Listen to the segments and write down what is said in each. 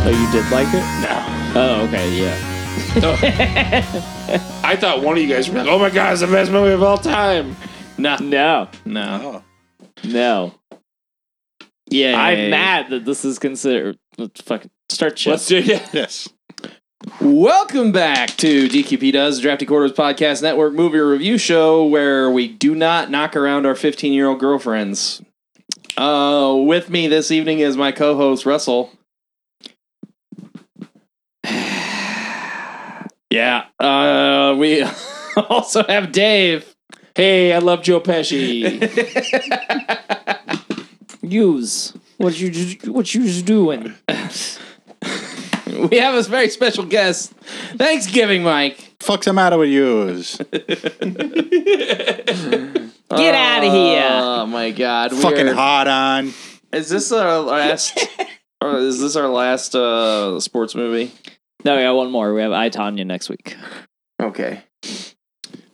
Oh, you did like it? No. Oh, okay, yeah. I thought one of you guys would be like, oh my God, it's the best movie of all time. No. No, No. Oh, no. Yeah. I'm mad that this is considered. Let's fucking start shit. Let's do it. yes. Welcome back to DQP Does Drafty Quarters Podcast Network movie review show where we do not knock around our 15 year old girlfriends. Uh, with me this evening is my co host Russell. yeah, uh, we also have Dave. Hey, I love Joe Pesci. Use what you just- what you just doing. We have a very special guest, Thanksgiving Mike. Fuck's the matter with yous? Get out of here. Oh my God! we Fucking are- hot on. Is this our last? or is this our last uh, sports movie? No, we got one more. We have I Tanya next week. Okay.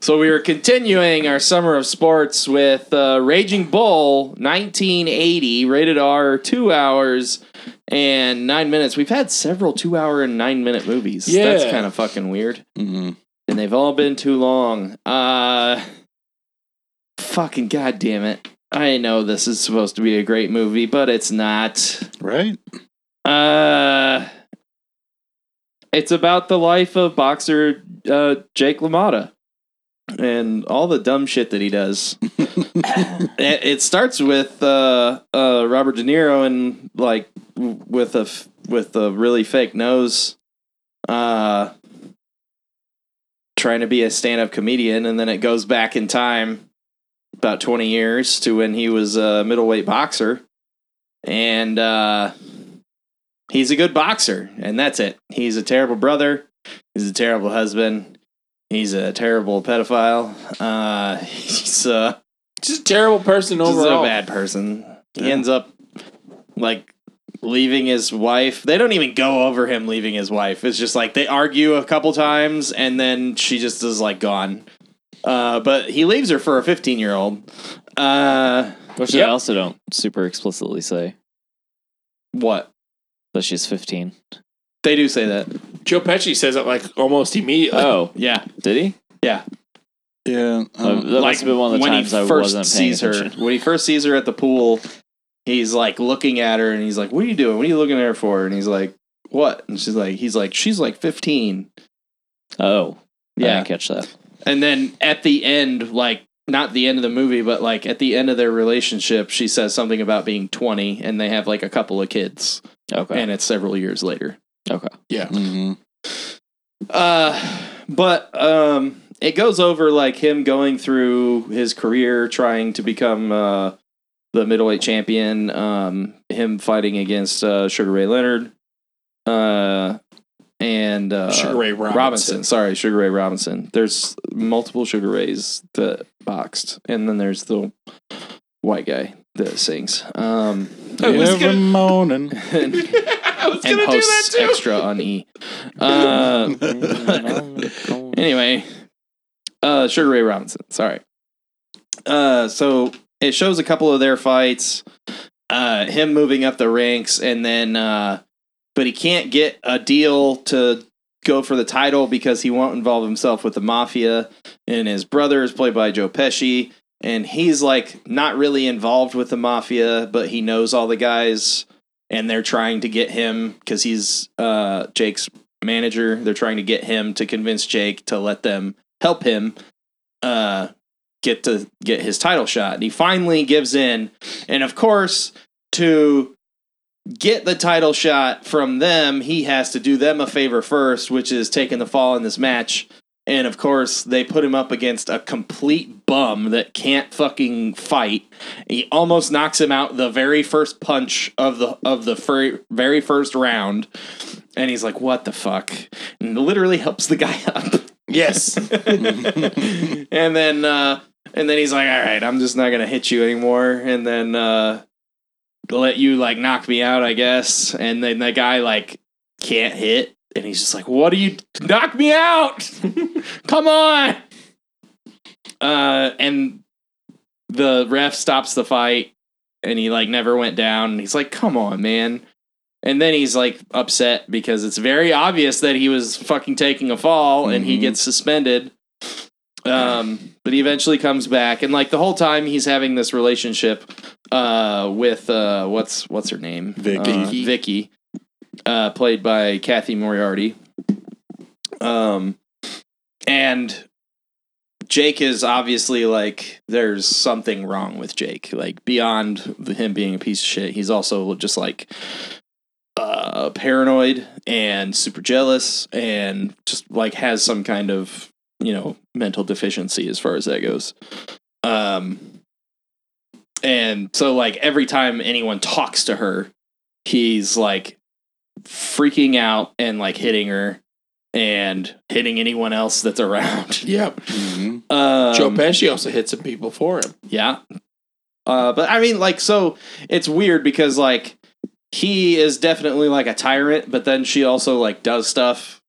So we are continuing our summer of sports with uh, Raging Bull 1980, rated R, two hours and nine minutes. We've had several two hour and nine minute movies. That's Yeah. kind of fucking weird. Mm-hmm. And they've all been too long. Uh, fucking goddamn it. I know this is supposed to be a great movie, but it's not. Right? Uh, it's about the life of boxer uh, Jake LaMotta and all the dumb shit that he does. it, it starts with uh, uh, Robert De Niro and like w- with a f- with a really fake nose, uh, trying to be a stand up comedian, and then it goes back in time about twenty years to when he was a middleweight boxer, and. Uh, he's a good boxer, and that's it. He's a terrible brother. He's a terrible husband. He's a terrible pedophile. Uh, he's uh, Just a terrible person just overall. a bad person. He Yeah. ends up like leaving his wife. They don't even go over him leaving his wife. It's just like they argue a couple times, and then she just is like gone. Uh, but he leaves her for a 15 year old. Uh, Which Yep. they also don't super explicitly say what? that she's 15. They do say that. Joe Pesci says it like almost immediately. Uh, Oh, Yeah. did he? Yeah. Uh, Mm, um, that must have been one of the times I wasn't paying sees attention. her, when he first sees her at the pool, he's like looking at her and he's like, "What are you doing? What are you looking at her for?" And he's like, "What?" And she's like, "He's like, she's like 15." Oh, I Yeah. didn't catch that. And then at the end, like not the end of the movie, but like at the end of their relationship, she says something about being 20 and they have like a couple of kids Okay. and it's several years later. mm-hmm. mhm. Uh, but um, it goes over like him going through his career, trying to become uh, the middleweight champion. Um, him fighting against uh, Sugar Ray Leonard, uh, and uh, Sugar Ray Robinson. Robinson. Sorry, Sugar Ray Robinson. There's multiple Sugar Rays that boxed, and then there's the white guy that sings. Um, I was Every gonna- morning. and, I was and gonna do that hosts too. extra on E. Uh, anyway, uh, Sugar Ray Robinson. Sorry. Uh, so it shows a couple of their fights, uh, him moving up the ranks, and then, uh, but he can't get a deal to go for the title because he won't involve himself with the mafia. And his brother is played by Joe Pesci, and he's like not really involved with the mafia, but he knows all the guys, and they're trying to get him because he's uh, Jake's manager. They're trying to get him to convince Jake to let them help him uh, get to get his title shot. And he finally gives in, and of course, to get the title shot from them, he has to do them a favor first, which is taking the fall in this match. And of course, they put him up against a complete bum that can't fucking fight. He almost knocks him out the very first punch of the of the fir- very first round. And he's like, "What the fuck?" And literally helps the guy up. Yes. and then uh and then he's like, "All right, I'm just not going to hit you anymore." And then uh let you like knock me out, I guess. And then the guy like can't hit and he's just like, "What are you knock me out? Come on." Uh and the ref stops the fight and he like never went down and he's like, "Come on, man." And then he's like upset because it's very obvious that he was fucking taking a fall and he Mhm. gets suspended. Um, but he eventually comes back and like the whole time he's having this relationship uh with uh what's what's her name? Vicky. Uh, Vicky. Uh played by Kathy Moriarty. Um and Jake is obviously like there's something wrong with Jake, like beyond him being a piece of shit. He's also just like uh, paranoid and super jealous, and just like has some kind of you know mental deficiency as far as that goes. Um, and so like every time anyone talks to her, he's like freaking out and like hitting her and hitting anyone else that's around. Yep. Mhm. Um, Joe Pesci also hit some people for him. yeah. Uh, but I mean, like, so it's weird because like he is definitely like a tyrant, but then she also like does stuff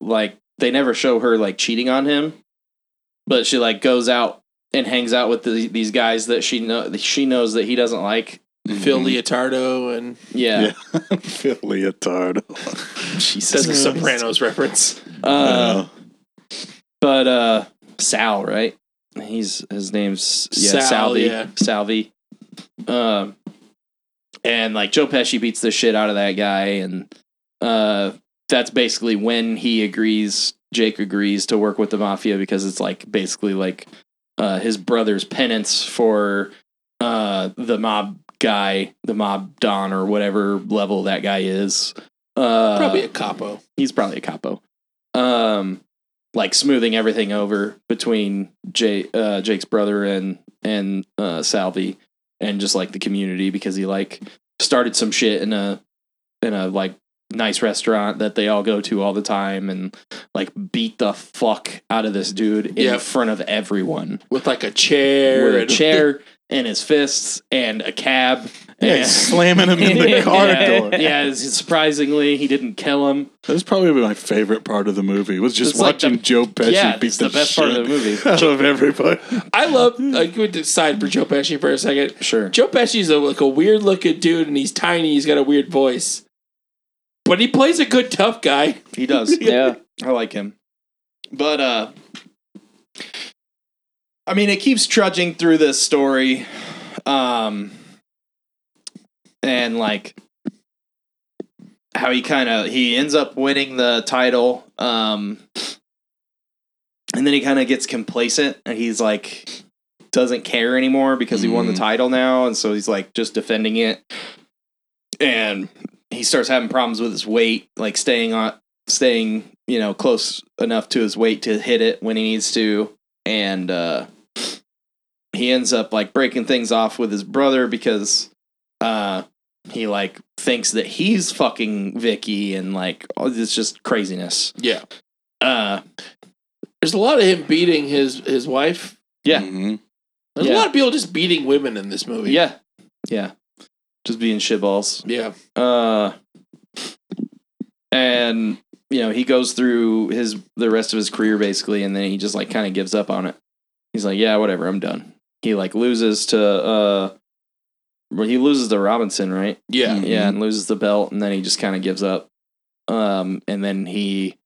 like they never show her like cheating on him, but she like goes out and hangs out with the, these guys that she know she knows that he doesn't like. Phil Leotardo and Yeah. Yeah. Phil Leotardo. that's a Jesus. Sopranos reference. Uh, but uh, Sal, right? He's his name's yeah, Sal, Salvi. yeah. Salvi. Um, and like Joe Pesci beats the shit out of that guy, and uh, that's basically when he agrees. Jake agrees to work with the mafia because it's like basically like uh, his brother's penance for uh, the mob guy, the mob don or whatever level that guy is. Uh, Probably a capo. he's probably a capo. Um, like smoothing everything over between Jay, uh, Jake's brother and and uh, Salvi, and just like the community because he like started some shit in a in a like nice restaurant that they all go to all the time and like beat the fuck out of this dude in Yep. front of everyone With like a chair. with a and- chair and his fists and a cab yeah, and- he's slamming him in the car door. yeah, yeah surprisingly he didn't kill him That's probably my favorite part of the movie was just It's like watching the- Joe Pesci yeah, beat it's the, the best part of the shit movie. out of everybody. I love like we decide for Joe Pesci for a second. sure Joe Pesci's a, like a weird looking dude and he's tiny, he's got a weird voice. But he plays a good tough guy. He does. Yeah. I like him. But uh I mean it keeps trudging through this story. Um and like how he kind of he ends up winning the title um and then he kind of gets complacent and he's like doesn't care anymore because he won the Mhm. title now and so he's like just defending it and he starts having problems with his weight like staying on staying you know close enough to his weight to hit it when he needs to and uh he ends up like breaking things off with his brother because uh he like thinks that he's fucking Vicky and like oh, it's just craziness. Yeah. Uh There's a lot of him beating his his wife. Yeah. Mhm. There's Yeah. a lot of people just beating women in this movie. yeah. Yeah. Just being shitballs. Yeah. Uh and you know, he goes through his the rest of his career basically and then he just like kind of gives up on it. He's like, "Yeah, whatever, I'm done." He like loses to uh well, he loses to Robinson, right? Yeah. Mhm. yeah, and loses the belt, and then he just kind of gives up. Um, and then he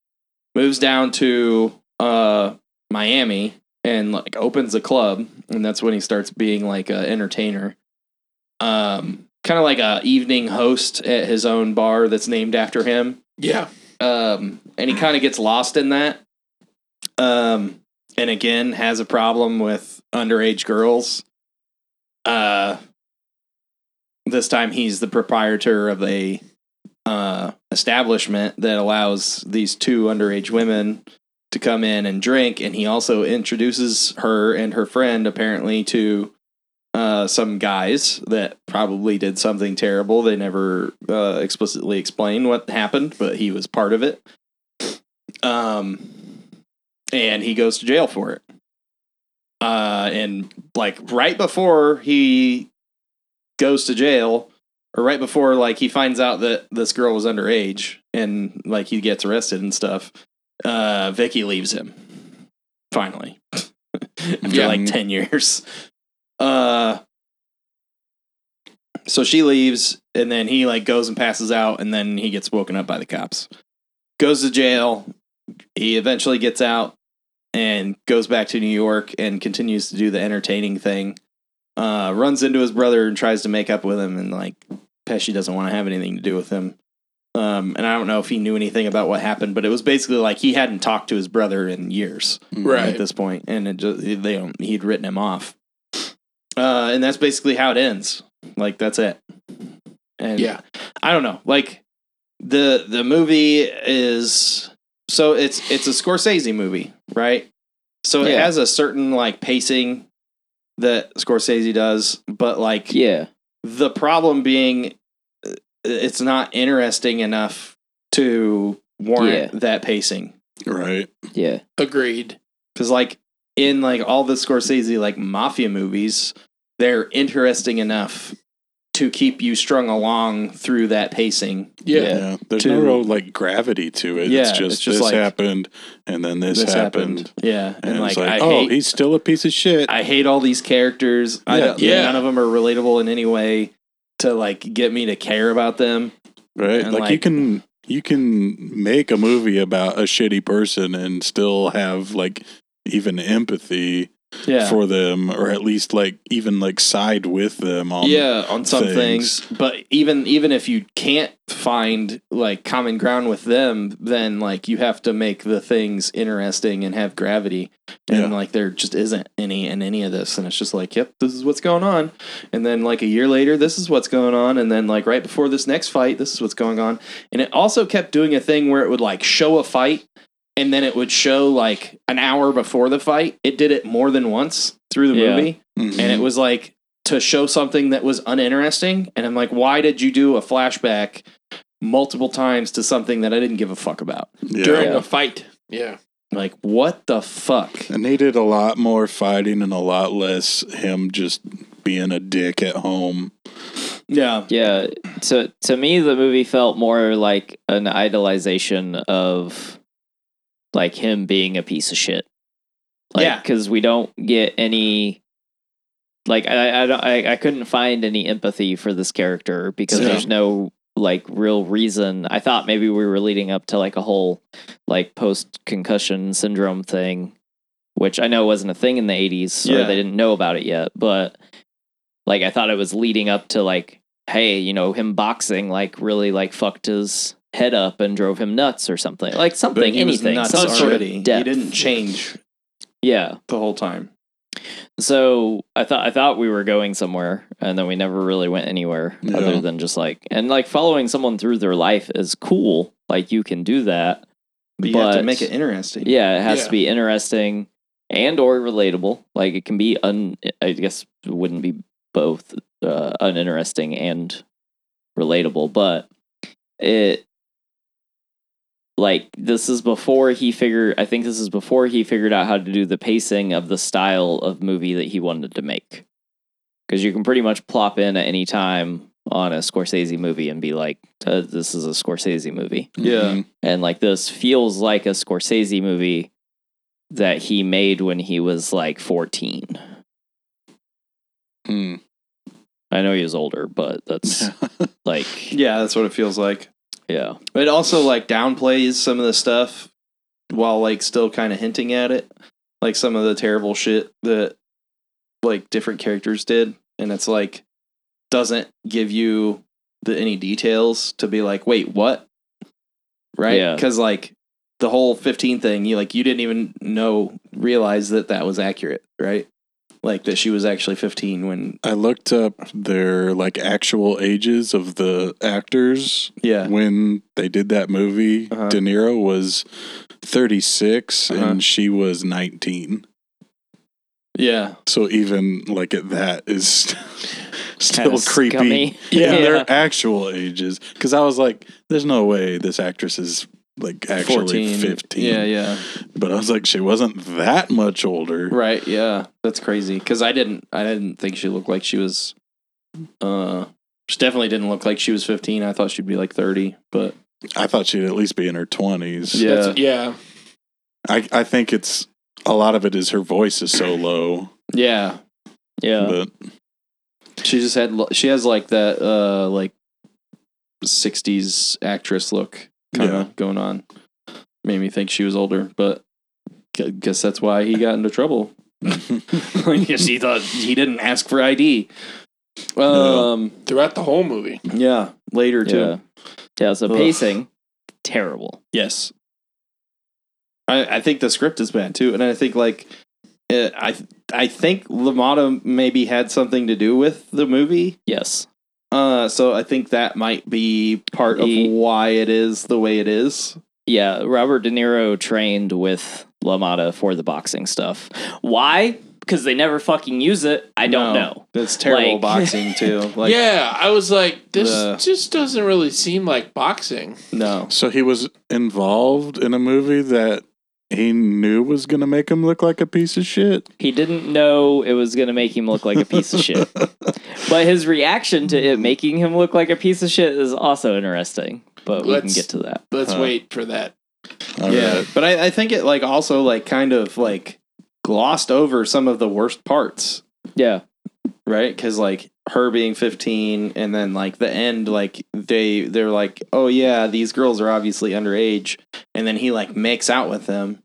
moves down to uh Miami and like opens a club, and that's when he starts being like a entertainer, um, kind of like a evening host at his own bar that's named after him Yeah. um, and he kind of gets lost in that. Um, and again, has a problem with underage girls. Uh, this time he's the proprietor of a uh, establishment that allows these two underage women to come in and drink, and he also introduces her and her friend apparently to uh, some guys that probably did something terrible. They never uh, explicitly explain what happened, but he was part of it. Um, and he goes to jail for it. Uh, and like right before he goes to jail, or right before like he finds out that this girl was underage and like he gets arrested and stuff, uh, Vicky leaves him finally after Yeah. like 10 years. Uh, So she leaves, and then he like goes and passes out, and then he gets woken up by the cops. Goes to jail. He eventually gets out and goes back to New York and continues to do the entertaining thing. Uh, runs into his brother and tries to make up with him, and like Pesci doesn't want to have anything to do with him. Um, and I don't know if he knew anything about what happened, but it was basically like he hadn't talked to his brother in years at Right. this point, and it just they don't, he'd written him off. Uh, and that's basically how it ends. Like that's it. And Yeah. I don't know. Like the the movie is so it's it's a Scorsese movie, right? So it Yeah. has a certain like pacing that Scorsese does, but like Yeah. the problem being uh, it's not interesting enough to warrant that pacing. Right. Yeah. Agreed. Because like in like all the Scorsese like mafia movies, they're interesting enough to keep you strung along through that pacing. Yeah. Yeah. Yeah. There's To- no real like gravity to it. Yeah, it's just it's just this like- happened and then this, happened. Yeah, and, And, like, it's like, I oh, hate he's still a piece of shit. I hate all these characters. I Yeah. don't, Yeah. none of them are relatable in any way to like get me to care about them. right. and, Like, you like- can you can make a movie about a shitty person and still have like even empathy Yeah, for them or at least like even like side with them on yeah, on some things. things. But even even if you can't find like common ground with them, then like you have to make the things interesting and have gravity. And Yeah. like there just isn't any in any of this. And it's just like, yep, this is what's going on. And then like a year later, this is what's going on. And then like right before this next fight, this is what's going on. And it also kept doing a thing where it would like show a fight and then it would show like an hour before the fight. It did it more than once through the Yeah. movie Mhm. and it was like to show something that was uninteresting and i'm like why did you do a flashback multiple times to something that i didn't give a fuck about yeah. During Yeah. a fight. Yeah. like what the fuck I needed a lot more fighting and a lot less him just being a dick at home. yeah Yeah. To to me the movie felt more like an idolization of like him being a piece of shit. Like, Yeah. Cause we don't get any like I I don't I, I couldn't find any empathy for this character because Yeah. there's no like real reason. I thought maybe we were leading up to like a whole like post concussion syndrome thing, which I know wasn't a thing in the 80s or Yeah. they didn't know about it yet, but like I thought it was leading up to like hey, you know, him boxing like really like fucked his head up and drove him nuts or something. Like something he was anything, nuts some sort already of he depth. didn't change Yeah. the whole time So I thought I thought we were going somewhere, and then we never really went anywhere Yeah. other than just like and like following someone through their life is cool. Like you can do that, but you have to make it interesting yeah, it has Yeah. to be interesting and or relatable. Like it can be un. I guess it wouldn't be both uh, uninteresting and relatable, but it like this is before he figured. I think this is before he figured out how to do the pacing of the style of movie that he wanted to make. Because you can pretty much plop in at any time on a Scorsese movie and be like, uh, "This is a Scorsese movie." Yeah. Mhm. And like this feels like a Scorsese movie that he made when he was like 14. Mm. I know he was older, but that's Mm-hmm. like yeah that's what it feels like yeah. But it also like downplays some of the stuff while like still kind of hinting at it, like some of the terrible shit that like different characters did, and it's like doesn't give you the any details to be like, wait, what? Right? Yeah. Because like the whole fifteen thing, you like you didn't even know realize that that was accurate, right? Like that she was actually fifteen when I looked up their like actual ages of the actors yeah when they did that movie. Uh-huh. De Niro was 36 Uh-huh. and she was 19. yeah So even like at that is still Kinda creepy. scummy. Yeah, Yeah. their actual ages. Because I was like, there's no way this actress is like actually 14. 15. yeah yeah But I was like, she wasn't that much older. Right. Yeah, that's crazy. Because I didn't, I didn't think she looked like she was. Uh, she definitely didn't look like she was fifteen. I thought she'd be like thirty, but I thought she'd at least be in her 20s. Yeah. That's, yeah. I, I think it's a lot of it is her voice is so low. yeah, Yeah. But She just had lo- she has like that uh like 60s actress look kind Yeah. of going on. Made me think she was older, but I guess that's why he got into trouble. because he thought he didn't ask for ID. Um, Throughout the whole movie. yeah, later too. Yeah. Yeah, so Ugh. pacing, terrible. Yes. I, I think the script is bad too, and I think like uh, I I think Lamada maybe had something to do with the movie. Yes. Uh, so I think that might be part of Ye- why it is the way it is. Yeah, Robert De Niro trained with LaMotta for the boxing stuff. Why? Because they never fucking use it. I don't know. That's terrible Like- boxing too. Like yeah, I was like, this The- just doesn't really seem like boxing. no. So he was involved in a movie that he knew was going to make him look like a piece of shit. He didn't know it was going to make him look like a piece of shit. But his reaction to it making him look like a piece of shit is also interesting. But we Let's- can get to that. Let's Huh. wait for that. All yeah, right. but I, I think it like also like kind of like glossed over some of the worst parts. Yeah. right because like her being 15 and then like the end like they they're like oh yeah these girls are obviously underage and then he like makes out with them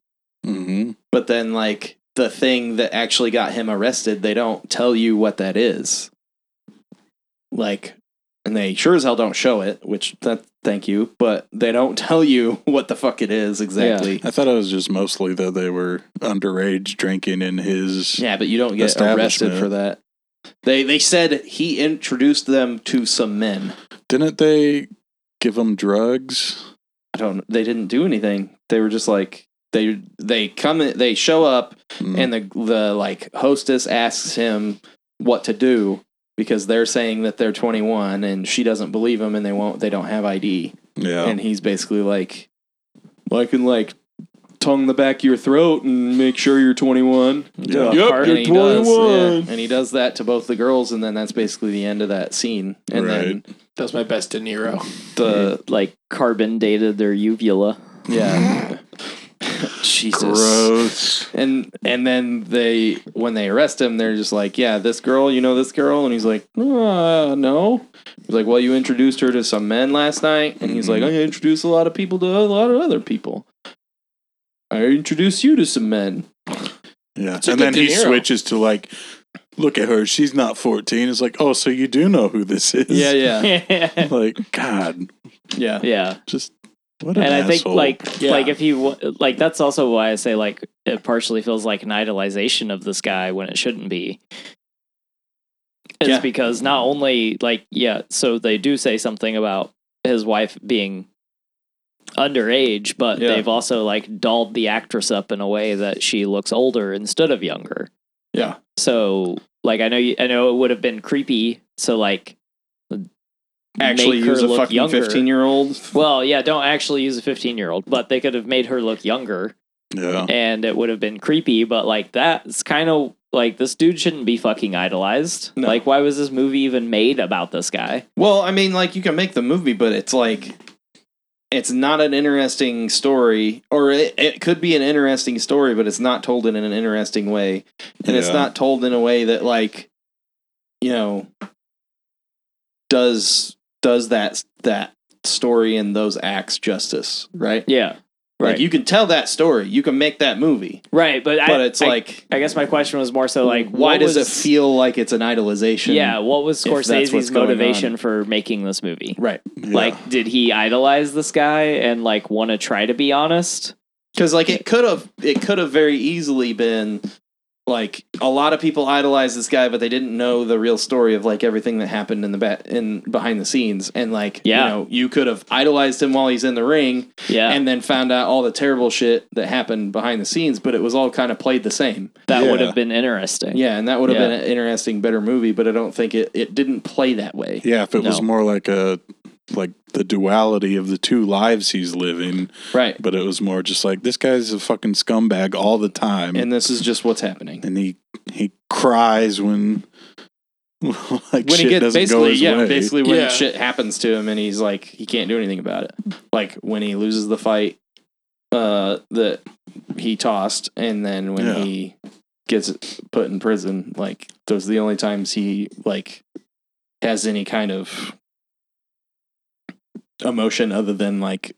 Mhm. but then like the thing that actually got him arrested they don't tell you what that is like and they sure as hell don't show it which that thank you but they don't tell you what the fuck it is exactly yeah, I thought it was just mostly that they were underage drinking in his. but you don't get arrested Establishment. for that they they said he introduced them to some men Didn't they give him drugs? I don't. They didn't do anything. They were just like they they come in- they show up Mm. and the the like hostess asks him what to do because they're saying that they're 21 and she doesn't believe him and they won't they don't have ID yeah. and he's basically like well, I can like tongue the back of your throat and make sure you're 21 Yeah. Yep, part, you're and he does, 21. yeah. and he does that to both the girls and then that's basically the end of that scene and then That was my best De Niro. the It, like carbon dated their uvula. yeah Jesus Gross. And and then they when they arrest him, they're just like, "Yeah, this girl, you know this girl," and he's like, uh, "No." He's like, "Well, you introduced her to some men last night," and he's like, "I introduced a lot of people to a lot of other people. I introduced you to some men." Yeah. a And good then De he Niro. switches to like, look at her. She's not 14. It's like, oh, so you do know who this is. yeah, yeah. Like, God, yeah. just what an And I think asshole. like Yeah. like if he wa- like that's also why I say like it partially feels like an idolization of this guy when it shouldn't be. It's Yeah. because not only like yeah, so they do say something about his wife being underage, but Yeah. they've also like dolled the actress up in a way that she looks older instead of younger. Yeah. So like I know you, I know it would have been creepy. So like Actually, make her use a look fucking younger. fifteen-year-old. Well, yeah, don't actually use a 15 year old, but they could have made her look younger yeah. and it would have been creepy, but like that's kind of like this dude shouldn't be fucking idolized. No. Like, why was this movie even made about this guy? Well, I mean, like you can make the movie, but it's like it's not an interesting story, or it, it could be an interesting story, but it's not told in an interesting way, and it's Yeah. not told in a way that like you know does does that that story and those acts justice, right? Yeah. Right. Like you can tell that story, you can make that movie, right. But, but I, it's I- like I guess my question was more so like, why what does was- it feel like it's an idolization? Yeah. What was if that's what's Scorsese's going motivation on? for making this movie? right. Yeah. Like, did he idolize this guy and like want to try to be honest? Because like it could have it could have very easily been like a lot of people idolize this guy, but they didn't know the real story of like everything that happened in the ba- in behind the scenes. And like Yeah. you know, you could have idolized him while he's in the ring, Yeah. and then found out all the terrible shit that happened behind the scenes. But it was all kind of played the same. that would Yeah. have been interesting. Yeah, and that would have Yeah. been an interesting, better movie. But I don't think it it didn't play that way. yeah, if it was No. more like a like the duality of the two lives he's living, Right. but it was more just like this guy's a fucking scumbag all the time, and, And this is just what's happening. he he cries when like when shit he gets doesn't go basically his yeah way. basically when Yeah. shit happens to him and he's like he can't do anything about it like when he loses the fight uh that he tossed and then when Yeah. he gets put in prison like those are the only times he like has any kind of emotion other than like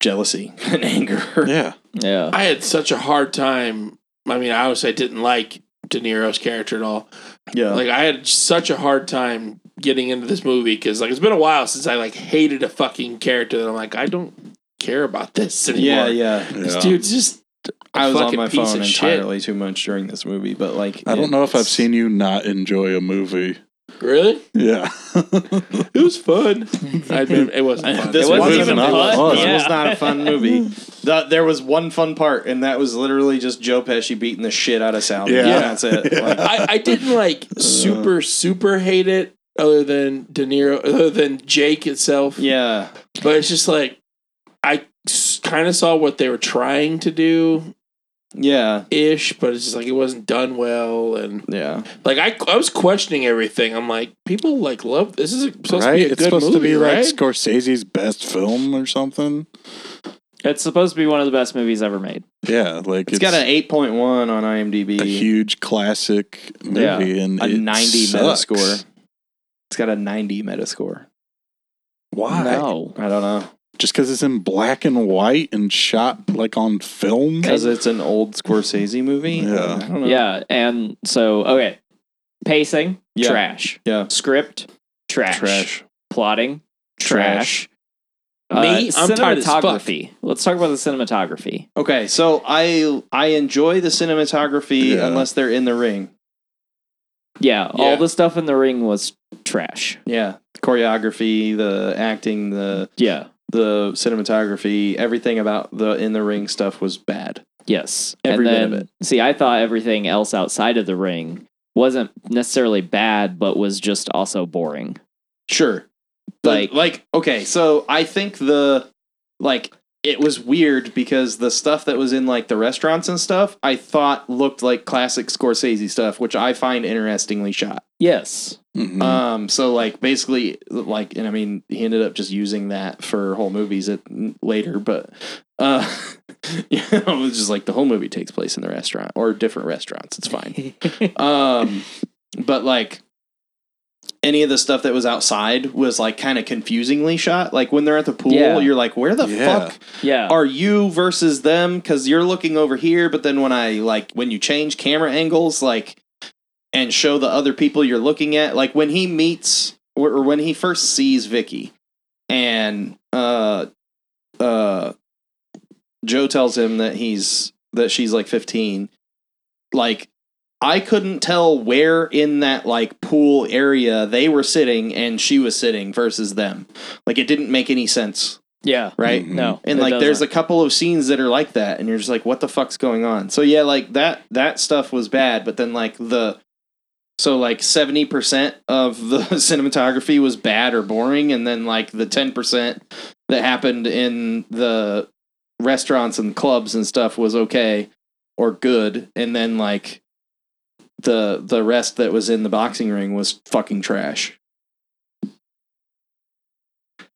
jealousy and anger. Yeah. Yeah. I had such a hard time. I mean, I obviously didn't like De Niro's character at all. Yeah. Like, I had such a hard time getting into this movie because, like, it's been a while since I like hated a fucking character that I'm like, I don't care about this yeah, anymore. yeah. This Yeah. dude's just. a I was on fucking my piece phone of shit. entirely too much during this movie, but like I don't know if I've it's- seen you not enjoy a movie. Really? Yeah. It was fun. I admit it wasn't fun. this It wasn't was even not fun. This Yeah. was not a fun movie. The- there was one fun part, and that was literally just Joe Pesci beating the shit out of Sally. Yeah. Yeah, that's it. Like, I, I didn't like Uh. super super hate it other than De Niro other than Jake itself. yeah, But it's just like I kind of saw what they were trying to do yeah, ish, but it's just like it wasn't done well and yeah. like I I was questioning everything. I'm like people like love this is supposed to right? be a it's good supposed movie, to be right? like Scorsese's best film or something. It's supposed to be one of the best movies ever made. Yeah, like it's got an eight point one on IMDb, a huge classic movie Yeah. and a it ninety sucks. Metascore. It's got a ninety Metascore. Why? No. I don't know Just because it's in black and white and shot like on film. because it's an old Scorsese movie. Yeah. I don't know. Yeah, and so okay, pacing Yeah. trash, yeah, script trash, trash. plotting trash. Me? Uh, I'm tired as fuck. cinematography. Let's talk about the cinematography. Okay, so I I enjoy the cinematography Yeah. unless they're in the ring. Yeah, Yeah. all the stuff in the ring was trash. Yeah, choreography, the acting, the Yeah. the cinematography, everything about the in the ring stuff was bad. Yes. Every bit and then, of See, I thought everything else outside of the ring wasn't necessarily bad, but was just also boring. Sure. Like Like- like okay, so I think the like it was weird because the stuff that was in like the restaurants and stuff I thought looked like classic Scorsese stuff, which I find interestingly shot. Yes. Mhm. Um so like basically like and I mean he ended up just using that for whole movies at, later, but uh you know, it was just like the whole movie takes place in the restaurant or different restaurants. It's fine. um but like any of the stuff that was outside was like kind of confusingly shot like when they're at the pool Yeah. you're like where the Yeah. fuck yeah. are you versus them because you're looking over here but then when i like when you change camera angles like and show the other people you're looking at like when he meets or, or when he first sees vicky and uh uh joe tells him that he's that she's like 15 like i couldn't tell where in that like pool area they were sitting and she was sitting versus them like it didn't make any sense yeah. right Mhm. No. and it like there's a doesn't. couple of scenes that are like that and you're just like what the fuck's going on so yeah like that that stuff was bad but then like the so like 70% of the cinematography was bad or boring and then like the 10% that happened in the restaurants and clubs and stuff was okay or good and then like the the rest that was in the boxing ring was fucking trash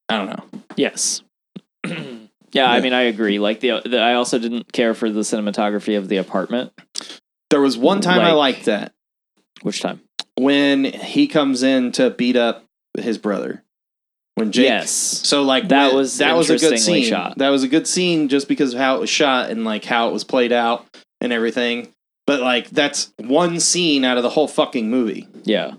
i don't know Yes. yeah, I mean, I agree. Like the, the, I also didn't care for the cinematography of the apartment. There was one time I Like- liked that Which time? when he comes in to beat up his brother. When Jake, Yes. so like That when- was that was a good interestingly scene. shot. That was a good scene just because of how it was shot and like how it was played out and everything. But like that's one scene out of the whole fucking movie. Yeah.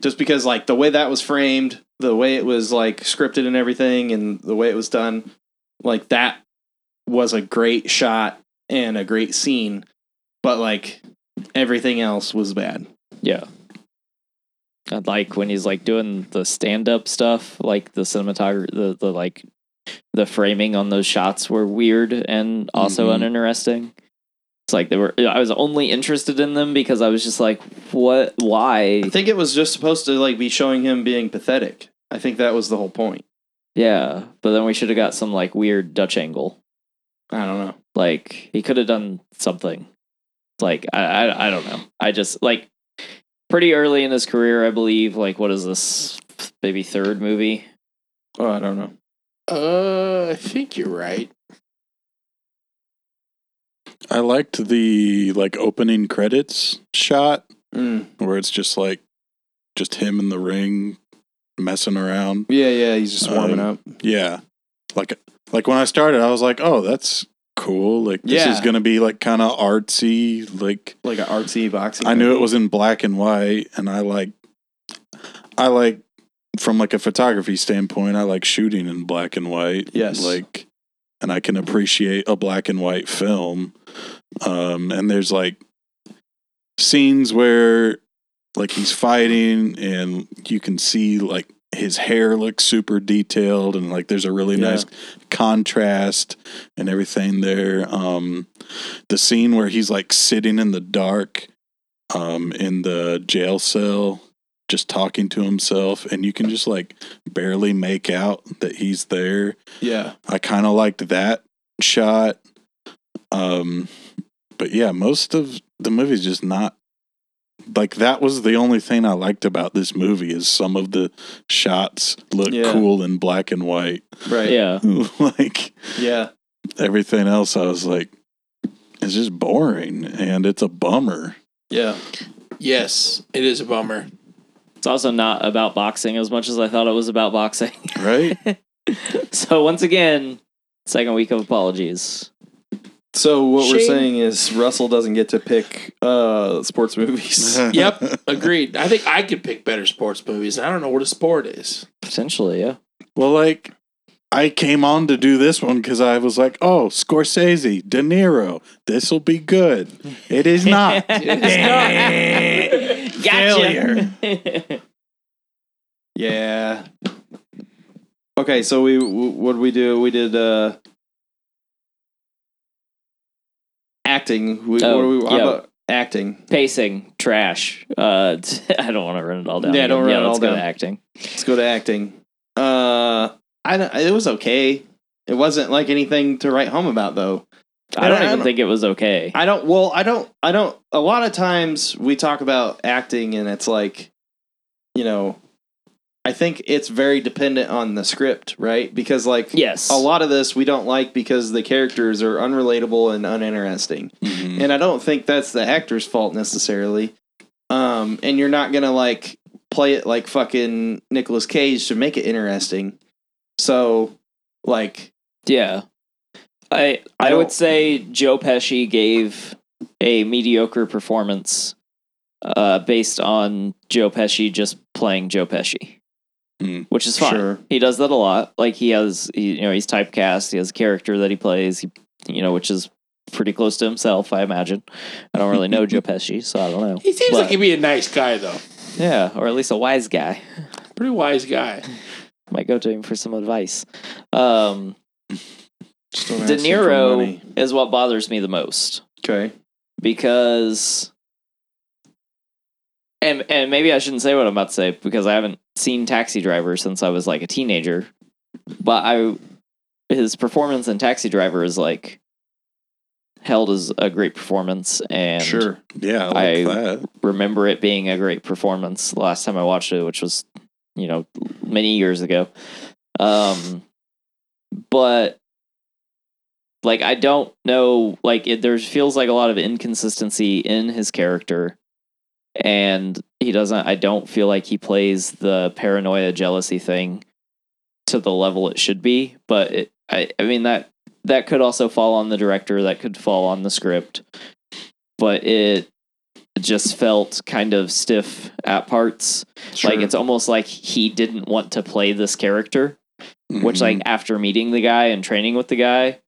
Just because like the way that was framed, the way it was like scripted and everything, and the way it was done, like that was a great shot and a great scene. But like everything else was bad. Yeah. And like when he's like doing the stand up stuff, like the cinematography, the, the like the framing on those shots were weird and also Mm-hmm. Mhm. uninteresting. It's like they were, I was only interested in them because I was just like, what, why? I think it was just supposed to like be showing him being pathetic. I think that was the whole point. Yeah. But then we should have got some like weird Dutch angle. I don't know. Like he could have done something. Like I, I, I don't know. I just like pretty early in his career, I believe. Like what is this? Maybe third movie. Oh, I don't know. Uh, I think you're right. I liked Mm. the like opening credits shot where it's just like just him in the ring messing around. Yeah, yeah, he's just warming Um, up. Yeah. Like like when I started, I was like, "Oh, that's cool. Like this Yeah. is going to be like kind of artsy. Like Like an artsy boxing. I knew it was in black and white and I like I like from like a photography standpoint, I like shooting in black and white. Yes. Like and I can appreciate a black and white film. Um and there's like scenes where like he's fighting and you can see like his hair looks super detailed and like there's a really Yeah. nice contrast and everything there. Um the scene where he's like sitting in the dark um in the jail cell just talking to himself and you can just like barely make out that he's there Yeah, i kind of liked that shot um but yeah most of the movie's just not like that was the only thing i liked about this movie is some of the shots look Yeah. cool in black and white right. Yeah, Yeah. like yeah, everything else i was like it's just boring and it's a bummer yeah. Yes, it is a bummer. It's also not about boxing as much as I thought it was about boxing. right so once again, second week of apologies. So what we're Shame. saying is Russell doesn't get to pick uh, sports movies. Yep, agreed. I think I could pick better sports movies. I don't know what a sport is. Potentially, yeah. Well, like I came on to do this one because I was like, "Oh, Scorsese, De Niro, this will be good." It is not. Gotcha. yeah. Okay, so we w- what did we do? We did uh, acting. We, Oh, what do we, how yeah. about acting? Pacing, trash. Uh, I don't want to run it all down. Yeah, don't again. run it let's all go to down. Acting. Let's go to acting. Uh, I don't, it was okay. It wasn't like anything to write home about though. I I don't don't- even think it was okay. I don't. Well, I don't. I don't. A lot of times we talk about acting, and it's like, you know, I think it's very dependent on the script, right? Because like yes. a lot of this we don't like because the characters are unrelatable and uninteresting, Mm-hmm. and I don't think that's the actor's fault necessarily. Um, and you're not gonna like play it like fucking Nicolas Cage to make it interesting. So, like, Yeah. I I I, don't- would say Joe Pesci gave a mediocre performance uh, based on Joe Pesci just playing Joe Pesci. Hmm. Which is fine. Sure. He does that a lot. Like he has he, you know, he's typecast, he has a character that he plays, he, you know, which is pretty close to himself, I imagine. I don't really know Joe Pesci, so I don't know. He seems But- like he'd be a nice guy though. Yeah, or at least a wise guy. Pretty wise guy. Might go to him for some advice. Um just don't De ask him for Niro money. is what bothers me the most. Okay. because and and maybe I shouldn't say what I'm about to say because I haven't seen Taxi Driver since I was like a teenager. But I his performance in Taxi Driver is like held as a great performance and Sure. Yeah, I like I- that. remember it being a great performance the last time I watched it, which was, you know, many years ago. Um, but like I don't know, like it, there feels like a lot of inconsistency in his character, and he doesn't. I don't feel like he plays the paranoia jealousy thing to the level it should be. But it, I, I mean that that could also fall on the director. That could fall on the script. But it just felt kind of stiff at parts. Like it's almost like he didn't want to play this character, which like after meeting the guy and training with the guy,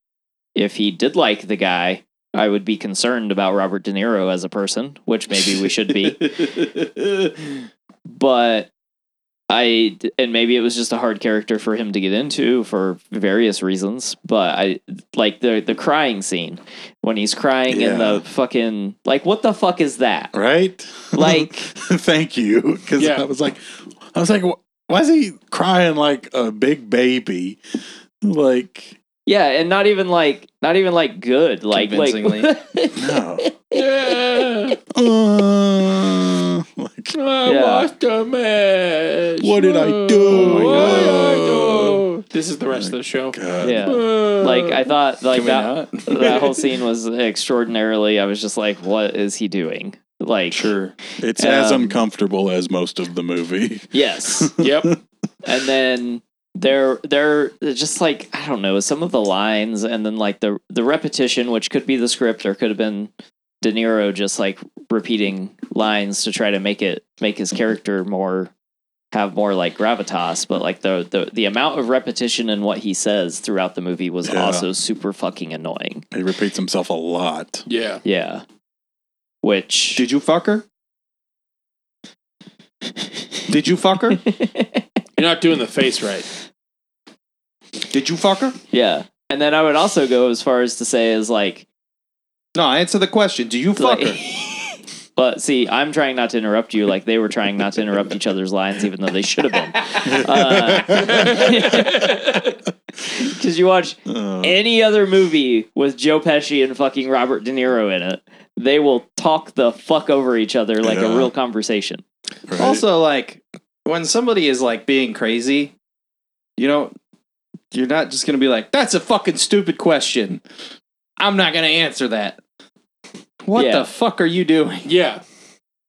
if he did like the guy, I would be concerned about Robert De Niro as a person, which maybe we should be. but I and maybe it was just a hard character for him to get into for various reasons. But I like the the crying scene when he's crying Yeah. in the fucking like what the fuck is that? Mm-hmm. right? Like Thank you, because Yeah. I was like, I was like, "Wh- why is he crying like a big baby? Like Yeah, and not even like not even like good, like Convincingly. like no. Yeah, Uh, like I Yeah. watched a match. What did I Whoa, do? What did I Oh do? This is the rest of the show. God. yeah. Whoa. Like I thought like Can we that not? that whole scene was extraordinarily I was just like what is he doing? Like, Sure. It's as Um, uncomfortable as most of the movie. yes. Yep. and then they're they're just like I don't know some of the lines, and then like the the repetition, which could be the script or could have been De Niro just like repeating lines to try to make it make his character more have more like gravitas. But like the the the amount of repetition and what he says throughout the movie was Yeah. also super fucking annoying. He repeats himself a lot. Yeah. Yeah, which Did you fuck her? Did you fuck her? You're not doing the face right. Did you fuck her? yeah, and then I would also go as far as to say is like No, answer the question. Do you fuck her? Like- but see, I'm trying not to interrupt you like they were trying not to interrupt each other's lines, even though they should have been. Because you watch Uh, any other movie with Joe Pesci and fucking Robert De Niro in it, they will talk the fuck over each other like Yeah. a real conversation. right? Also, like when somebody is like being crazy, you know, you're not just gonna be like, "That's a fucking stupid question. I'm not gonna answer that." What Yeah. the fuck are you doing? Yeah.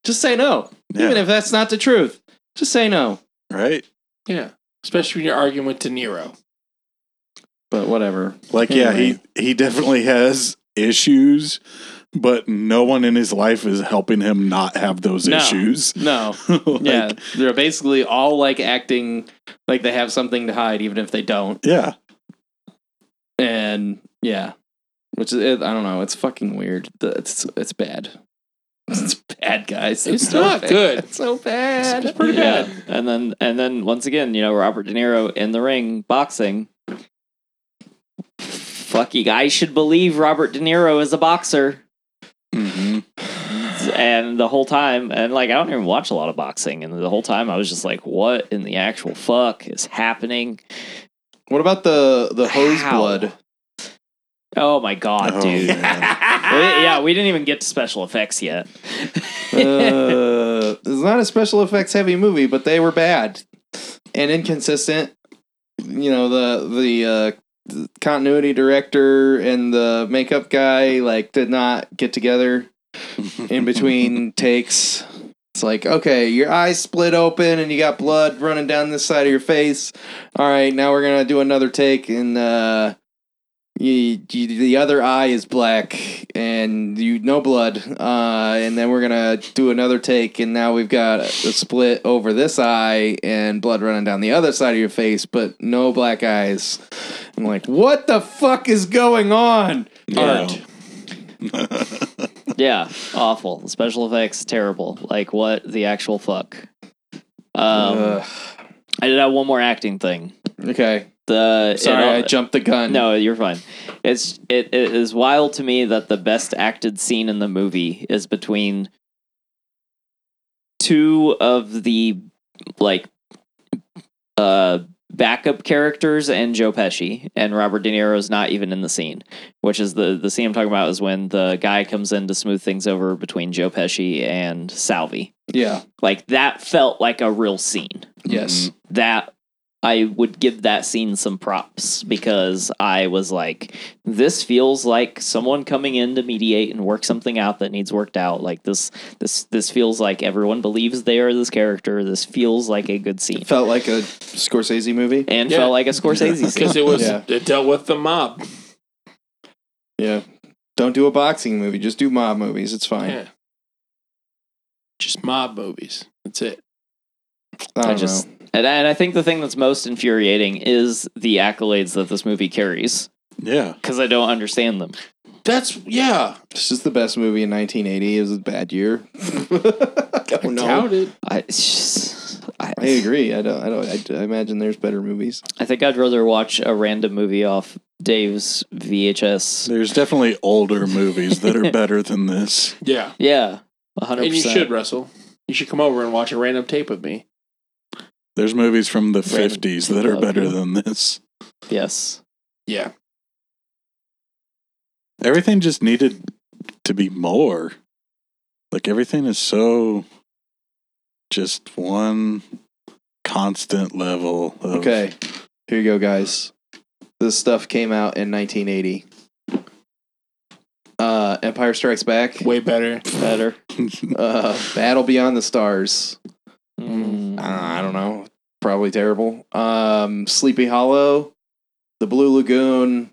Just say no, Yeah, even if that's not the truth. Just say no. right? Yeah. Especially when you're arguing with De Niro. But whatever. Like, yeah, he he definitely has issues, but no one in his life is helping him not have those No. issues. No. Like, yeah, they're basically all like acting like they have something to hide, even if they don't. yeah. And yeah, which is it, I don't know. It's fucking weird. The- It's it's bad. It's bad, guys. It's so not bad. good. It's so bad. It's pretty Yeah. And then and then once again, you know, Robert De Niro in the ring boxing. Fucking I should believe Robert De Niro is a boxer. hmm and the whole time and like i don't even watch a lot of boxing and the whole time i was just like what in the actual fuck is happening What about the the hose How? blood? oh my god Oh, dude man. We- yeah we didn't even get to special effects yet Uh, it's not a special effects heavy movie, but they were bad and inconsistent. You know the the uh, the continuity director and the makeup guy like did not get together in between takes. It's like okay, your eyes split open and you got blood running down this side of your face. All right, now we're gonna do another take and. Uh, you, you, the other eye is black and you no blood uh, and then we're gonna do another take and now we've got a split over this eye and blood running down the other side of your face but no black eyes i'm like what the fuck is going on Yeah. art yeah awful The special effects terrible like what the actual fuck um Ugh. i did have one more acting thing okay the sorry it- i jumped the gun No, you're fine. It's it, it is wild to me that the best acted scene in the movie is between two of the like uh backup characters and Joe Pesci and Robert De Niro's not even in the scene. Which is the the scene I'm talking about is when the guy comes in to smooth things over between Joe Pesci and Salvi. yeah Like that felt like a real scene yes that I would give that scene some props because I was like, this feels like someone coming in to mediate and work something out that needs worked out. Like this, this, this feels like everyone believes they are this character. This feels like a good scene, felt like a scorsese movie and Yeah. felt like a Scorsese Because scene. it was, Yeah. it dealt with the mob. yeah don't do a boxing movie just do mob movies it's fine Yeah. Just mob movies. That's it. i, I don't just know and, and I think the thing that's most infuriating is the accolades that this movie carries yeah. because I don't understand them. That's, yeah. This is the best movie in 1980. It was a bad year. Oh, I don't know. Doubt it. I, it's just- I, I agree. I don't. I don't. I, d- I imagine there's better movies. I think I'd rather watch a random movie off Dave's VHS There's definitely older movies that are better than this. Yeah. Yeah, one hundred And you percent. should, Russell. You should come over and watch a random tape with me. There's movies from the Random. 50s that are Okay. better than this. Yes. Yeah. Everything just needed to be more. Like everything is so just one constant level of Okay, here you go, guys. This stuff came out in 1980. Uh, Empire Strikes Back, Way better. Better. uh, Battle Beyond the Stars. Mm-hmm. Uh, Mm. I don't know. Probably terrible. Um, Sleepy Hollow, The Blue Lagoon,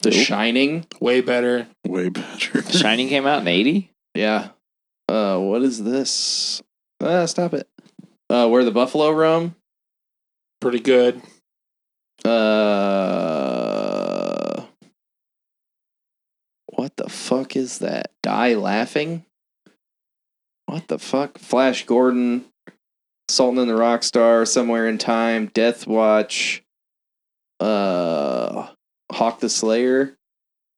The Nope. Shining. Way better. Way better. The Shining came out in eighty. Yeah. Uh, what is this? Uh, stop it. Uh, Where the Buffalo Roam. Pretty good. Uh, what the fuck is that? Die Laughing? What the fuck? Flash Gordon, Sultan and the Rockstar, Somewhere in Time, Death Watch, uh, Hawk the Slayer,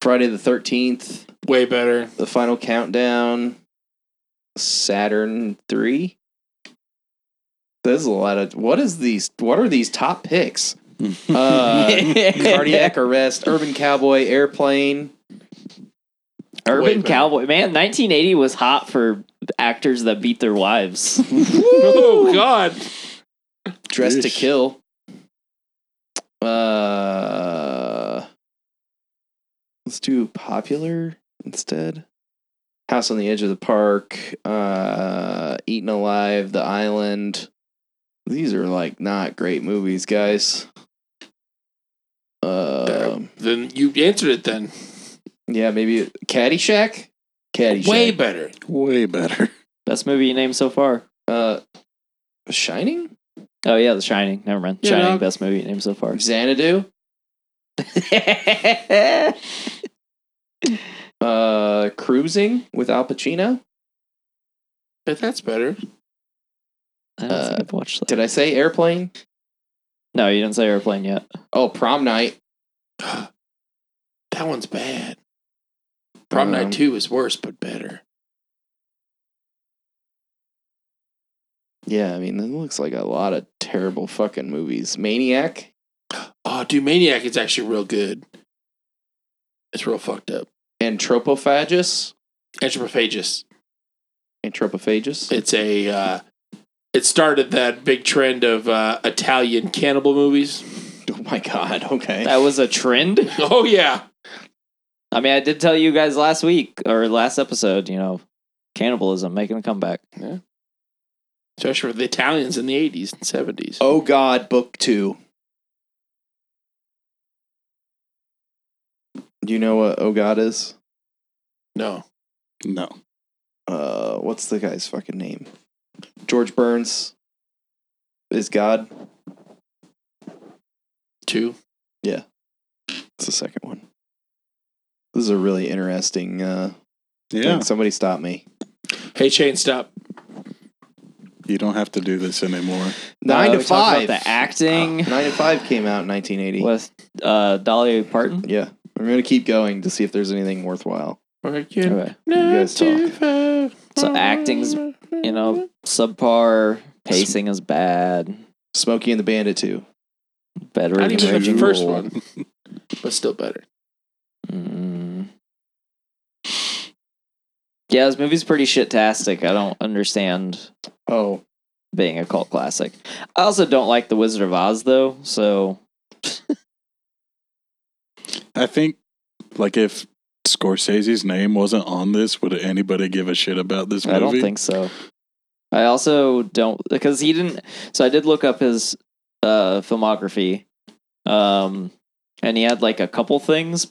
Friday the 13th, Way better. The Final Countdown, Saturn 3. There's a lot of what is these what are these top picks? Uh, cardiac arrest, urban cowboy, airplane. Urban Way better. Cowboy. Man, 1980 was hot for actors that beat their wives. oh God. Dressed to Yeesh. Kill. Uh, let's do popular instead. House on the Edge of the Park, uh, Eaten Alive, The Island. These are like not great movies, guys. Um, Then you answered it. Then yeah, maybe Caddyshack. Caddyshack. way better. Way better. Best movie you named so far. Uh, Shining. Oh yeah, The Shining. Never mind. Yeah, Shining, dog. best movie you named so far. Xanadu. Uh, Cruising with Al Pacino. But that's better. I don't think Uh, I've watched that. Did I say Airplane? No, you didn't say airplane yet. Oh, Prom Night. that one's bad. Prom Um, Night Two is worse, but better. Yeah, I mean, that looks like a lot of terrible fucking movies. Maniac. Oh, dude, Maniac is actually real good. It's real fucked up. Antropophagus. Anthropophagus. Antropophagus. It's a. Uh, it started that big trend of uh, Italian cannibal movies. oh my god. Okay. That was a trend. Oh yeah, I mean, I did tell you guys last week or last episode, you know, cannibalism making a comeback. especially for the Italians in the eighties and seventies. Oh God, Book Two. Do you know what Oh God is? no, No. Uh, what's the guy's fucking name? George Burns is God. two. It's the second one. This is a really interesting uh, Yeah. thing. Somebody stop me. Hey, Shane, stop. You don't have to do this anymore. Nine Uh, to we talked five. about the acting Nine to five came out in 1980. with uh, Dolly Parton. Yeah, I'm gonna keep going to see if there's anything worthwhile. Working Okay. nine guys to five. So acting's, You know, subpar pacing is bad. Smokey and the Bandit two. Better. I didn't than even have the first usual. one, but still better. Mm. Yeah, this movie's pretty shit-tastic. I don't understand Oh, being a cult classic. I also don't like The Wizard of Oz, though, so I think, like, if Scorsese's name wasn't on this, would anybody give a shit about this movie? I don't think so. I also don't because he didn't. So I did look up his uh, filmography, um, and he had like a couple things.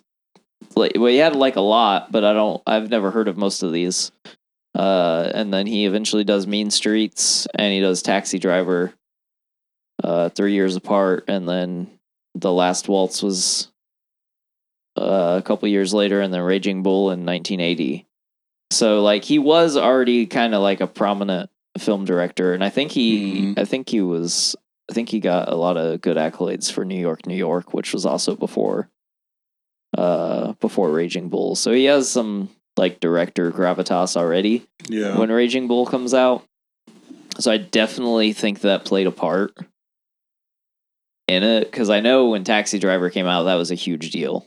Like, well, he had like a lot, but I don't. I've never heard of most of these. Uh, and then he eventually does Mean Streets, and he does Taxi Driver. Uh, three years apart, and then the last waltz was uh, a couple years later, and then Raging Bull in 1980. So like he was already kind of like a prominent film director, and I think he, Mhm. I think he was, I think he got a lot of good accolades for New York, New York, which was also before, uh, before Raging Bull. So he has some like director gravitas already Yeah. when Raging Bull comes out. So I definitely think that played a part in it because I know when Taxi Driver came out, that was a huge deal.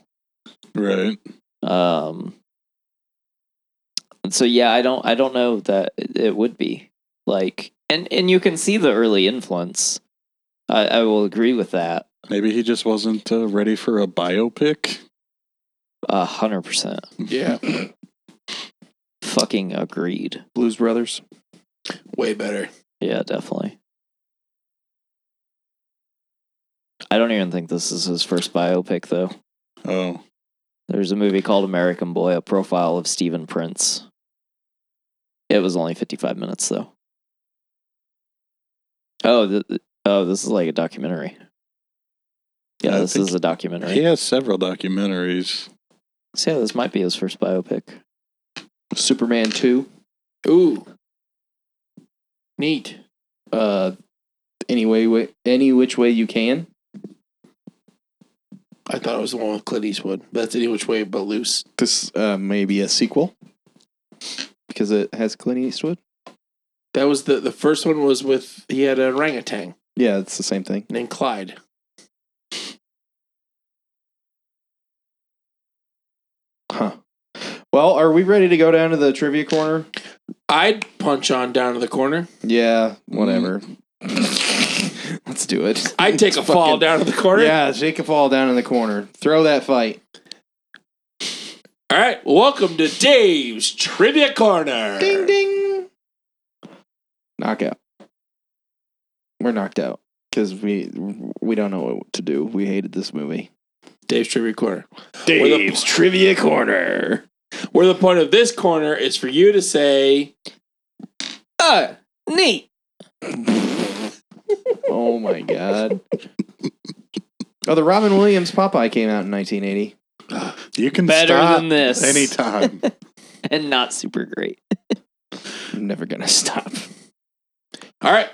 right. Um, so yeah, I don't, I don't know that it would be like, and and you can see the early influence. I, I will agree with that Maybe he just wasn't uh, ready for a biopic. a hundred percent. Yeah, Fucking agreed. Blues Brothers. Way better. Yeah, definitely. I don't even think this is his first biopic, though. Oh, There's a movie called American Boy, a profile of Stephen Prince. It was only 55 minutes, though. Oh, th- oh, this is like a documentary. Yeah, I this think- is a documentary. he has several documentaries. So yeah, this might be his first biopic. Superman 2. Ooh. Neat. Uh, any, way, way, any which way you can. I thought it was the one with Clint Eastwood. but That's any which way but loose. This uh, may be a sequel because it has Clint Eastwood. That was the the first one was with he had an orangutan Yeah, it's the same thing. named Clyde. Huh. Well, are we ready to go down to the trivia corner? I'd punch on down to the corner. Yeah, whatever. Let's do it. I'd take a fall fucking- down to the corner. Yeah, shake a fall down in the corner. Throw that fight. All right. Welcome to Dave's Trivia Corner. Ding ding. Knockout. We're knocked out because we we don't know what to do. We hated this movie. Dave's Trivia Corner. the- Dave's trivia corner. Where the point of this corner is for you to say Uh, neat. oh my god. Oh, the Robin Williams Popeye came out in 1980. You can Better stop than this. anytime. And not super great. I'm never gonna stop. All right.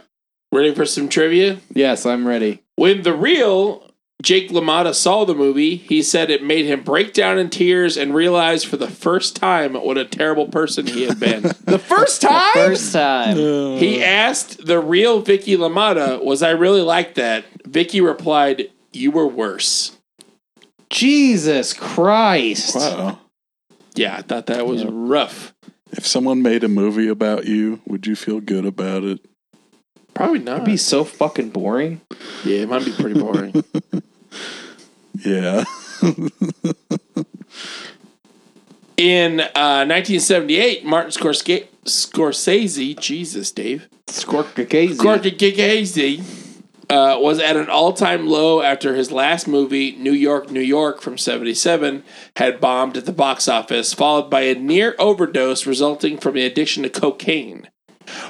Ready for some trivia? Yes, I'm ready. When the real Jake LaMotta saw the movie, he said it made him break down in tears and realize for the first time what a terrible person he had been. The first time. First time. Uh, he asked the real Vicky LaMotta, "Was I really like that?" Vicky replied, "You were worse." Jesus Christ. wow. Yeah, I thought that was Yeah. rough. If someone made a movie about you, would you feel good about it? Probably not. That'd be so fucking boring. yeah, it might be pretty boring. Yeah. In uh, 1978, Martin Scorsese, Scorsese, Jesus, Dave, Scorcacase. Scorsese uh, was at an all-time low after his last movie, New York, New York, from '77, had bombed at the box office, followed by a near overdose resulting from an addiction to cocaine.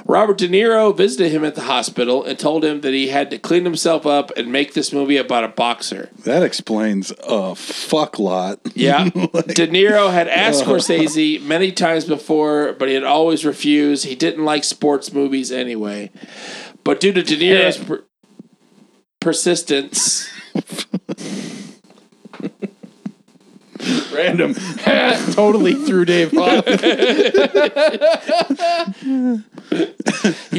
Robert De Niro visited him at the hospital and told him that he had to clean himself up and make this movie about a boxer. That explains a fuck lot. Yeah. Like, De Niro had asked Scorsese many times before, but he had always refused. He didn't like sports movies anyway. But due to De Niro's per- persistence, Random. totally threw Dave off. he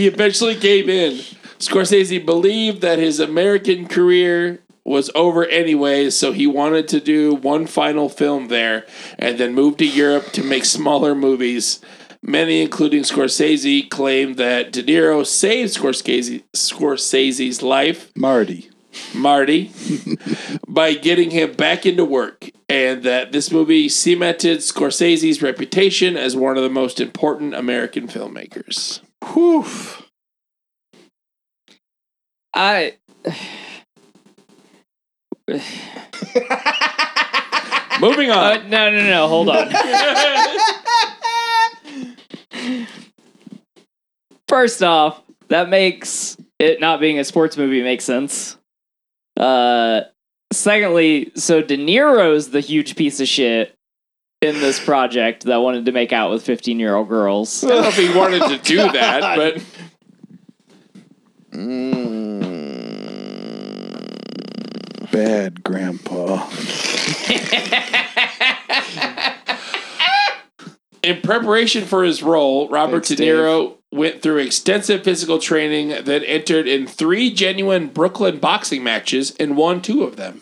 eventually gave in. Scorsese believed that his American career was over anyway, so he wanted to do one final film there and then moved to Europe to make smaller movies. Many, including Scorsese, claimed that De Niro saved Scorsese, Scorsese's life Marty. Marty by getting him back into work, and that this movie cemented Scorsese's reputation as one of the most important American filmmakers. Whew. I Moving uh, on. no no no hold on. First off, that makes it not being a sports movie make sense. Uh, secondly, so De Niro's the huge piece of shit in this project that wanted to make out with 15 year old girls. I don't know if he wanted to do that, but Bad grandpa. in preparation for his role, Robert Thanks, De Niro went through extensive physical training, then entered in three genuine Brooklyn boxing matches and won two of them.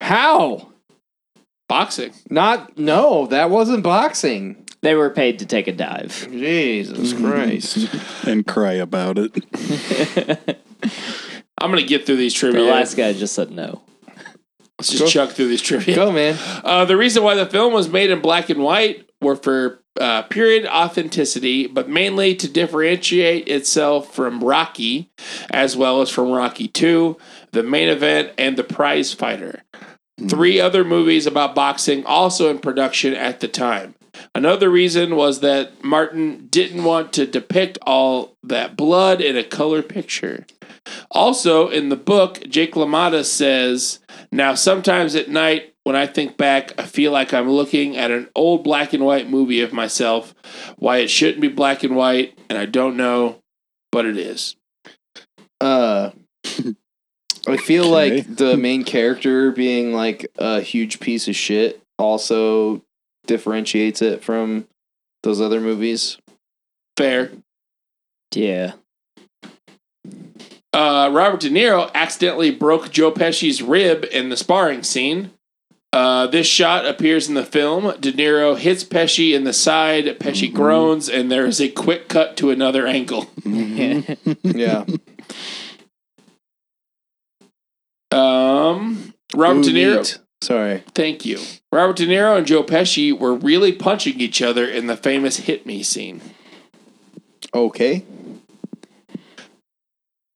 How? Boxing. Not. No, that wasn't boxing. They were paid to take a dive. Jesus Christ. And cry about it. I'm going to get through these The trivia. last guy just said no. Let's just chuck through these trivia. Go, man. Uh, the reason why the film was made in black and white were for uh, period authenticity, but mainly to differentiate itself from Rocky, as well as from Rocky II, the main event, and the prize fighter. Three other movies about boxing also in production at the time. Another reason was that Martin didn't want to depict all that blood in a color picture. Also, in the book, Jake LaMotta says, Now, sometimes at night, when I think back, I feel like I'm looking at an old black and white movie of myself. Why it shouldn't be black and white, and I don't know, but it is. Uh, I feel Okay. like the main character being like a huge piece of shit also differentiates it from those other movies. Fair. Yeah. Uh, Robert De Niro accidentally broke Joe Pesci's rib in the sparring scene. Uh, this shot appears in the film. De Niro hits Pesci in the side. Pesci Mm-hmm. groans, and there is a quick cut to another angle. Mm-hmm. Yeah. Um, Robert De Ooh, Niro. neat. Sorry. Thank you. Robert De Niro and Joe Pesci were really punching each other in the famous hit me scene. Okay.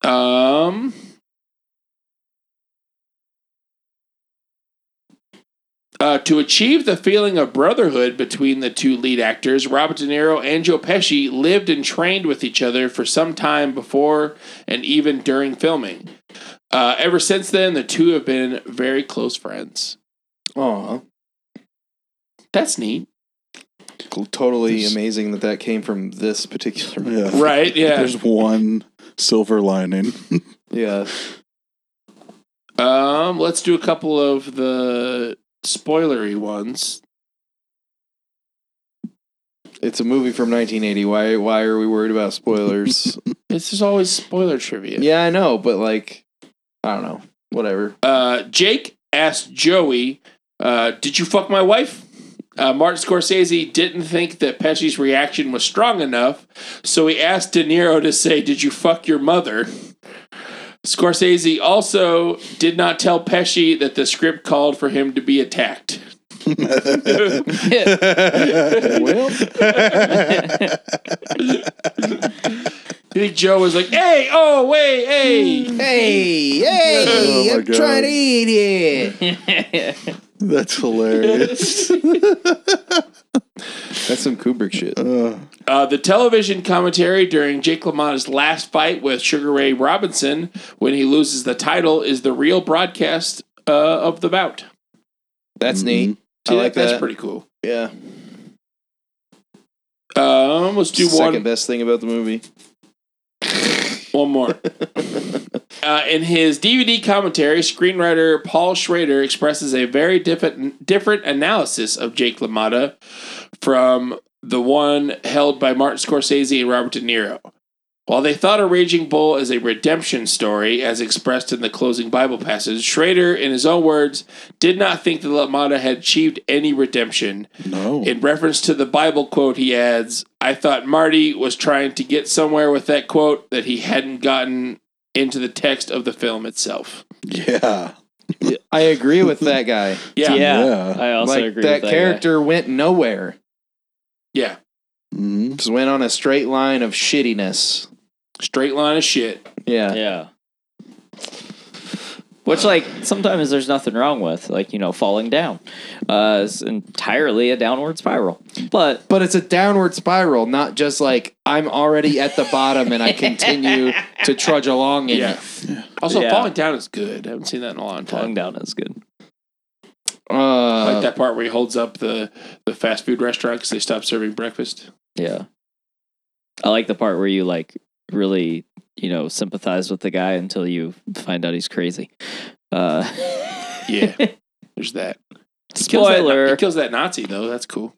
Um. Uh, to achieve the feeling of brotherhood between the two lead actors, Robert De Niro and Joe Pesci lived and trained with each other for some time before and even during filming. Uh, ever since then, the two have been very close friends. Aw. That's neat, Totally There's- amazing that that came from this particular movie. Yeah. right? Yeah. There's one silver lining. Yeah. Um, let's do a couple of the spoilery ones. It's a movie from 1980. Why why are we worried about spoilers? This is always spoiler trivia. yeah, I know, but like I don't know. Whatever. Uh, Jake asked Joey, uh, "Did you fuck my wife?" Uh, Martin Scorsese didn't think that Pesci's reaction was strong enough, so he asked De Niro to say, "Did you fuck your mother?" Scorsese also did not tell Pesci that the script called for him to be attacked. Well, I think Joe was like, "Hey, oh wait, hey, hey, Oh hey, my I'm trying God. to eat it. That's hilarious. That's some Kubrick shit. Uh, Uh, the television commentary during Jake LaMotta's last fight with Sugar Ray Robinson when he loses the title is the real broadcast uh, of the bout. That's Mhm. neat. I See, like That's that. pretty cool. yeah. Um, let's do Second one, best thing about the movie. one more. uh, in his DVD commentary, screenwriter Paul Schrader expresses a very different, different analysis of Jake LaMotta from the one held by Martin Scorsese and Robert De Niro. While they thought A Raging Bull is a redemption story, as expressed in the closing Bible passage, Schrader, in his own words, did not think that LaMotta had achieved any redemption. no. In reference to the Bible quote, he adds, I thought Marty was trying to get somewhere with that quote that he hadn't gotten into the text of the film itself. yeah. I agree with that guy. yeah. Yeah. Yeah. I also like agree that with that character went nowhere. Yeah. Mhm. Just went on a straight line of shittiness. Straight line of shit. Yeah. guy. Yeah. Which, like, sometimes there's nothing wrong with, like, you know, falling down. Uh, it's entirely a downward spiral. But But it's a downward spiral, not just like I'm already at the bottom and I continue to trudge along in Yeah. Also, Yeah. falling down is good. I haven't seen that in a long time. falling down is good. it. I Uh, like that part where he holds up the, the fast food restaurant because they stopped serving breakfast. Yeah. I like the part where you, like, really, you know, sympathize with the guy until you find out he's crazy. Uh, Yeah. There's that. Kills that- spoiler. He kills that Nazi, though. That's cool.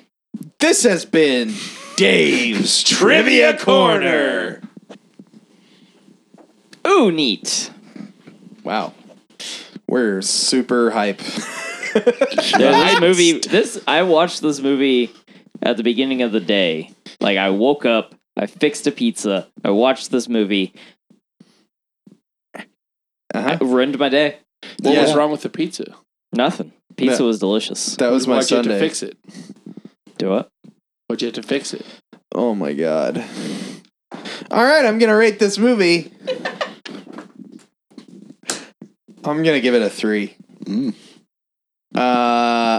This has been Dave's Trivia Corner. Ooh, neat. Wow. We're super hype. Dude, this movie, this I watched this movie at the beginning of the day. Like I woke up, I fixed a pizza, I watched this movie, Uh-huh. it ruined my day. What was Yeah. wrong with the pizza? Nothing. Pizza No. was delicious. That was my Why'd you have to Sunday. fix it? Do what? but you have to fix it. Oh my god. All right, I'm gonna rate this movie. I'm gonna give it a three. Mm. Uh,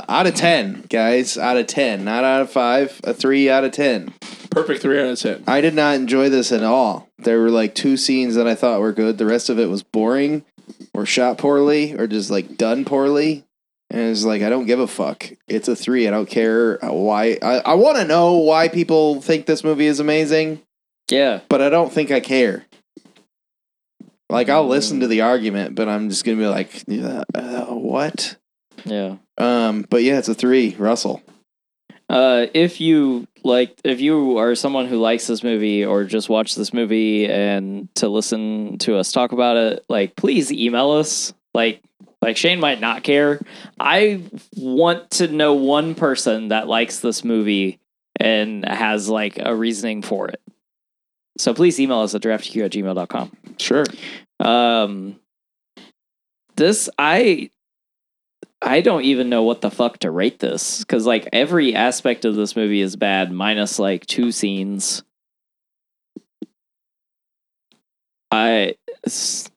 out of ten, guys. Out of ten, not out of five. A three out of ten. Perfect three out of ten. I did not enjoy this at all. There were like two scenes that I thought were good. The rest of it was boring, or shot poorly, or just like done poorly. And it's like I don't give a fuck. It's a three. I don't care why. I, I want to know why people think this movie is amazing Yeah. but I don't think I care. Like I'll listen to the argument, but I'm just gonna be like, yeah, uh, what? Yeah. Um, but yeah, it's a three, Russell. Uh, if you like, if you are someone who likes this movie or just watched this movie and to listen to us talk about it, like, please email us. Like, like Shane might not care. I want to know one person that likes this movie and has like a reasoning for it. So please email us at draftq at gmail.com. Sure. Um, this I I don't even know what the fuck to rate this because like every aspect of this movie is bad, minus like two scenes. I s-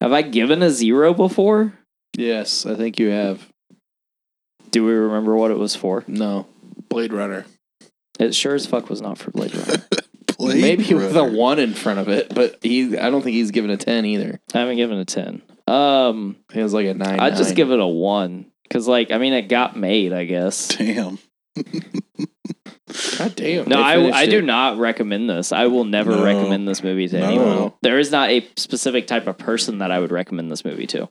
have I given a zero before? Yes, I think you have. Do we remember what it was for? No, Blade Runner. It sure as fuck was not for Blade Runner. Blade maybe with a Runner. one in front of it, but he. I don't think he's given a ten either. I haven't given a ten. Um, He was like a nine. I'd just nine. give it a one because like I mean it got made, I guess. Damn. God damn. No, they I, finished I do it. not recommend this. I will never No. recommend this movie to No. anyone. There is not a specific type of person that I would recommend this movie to.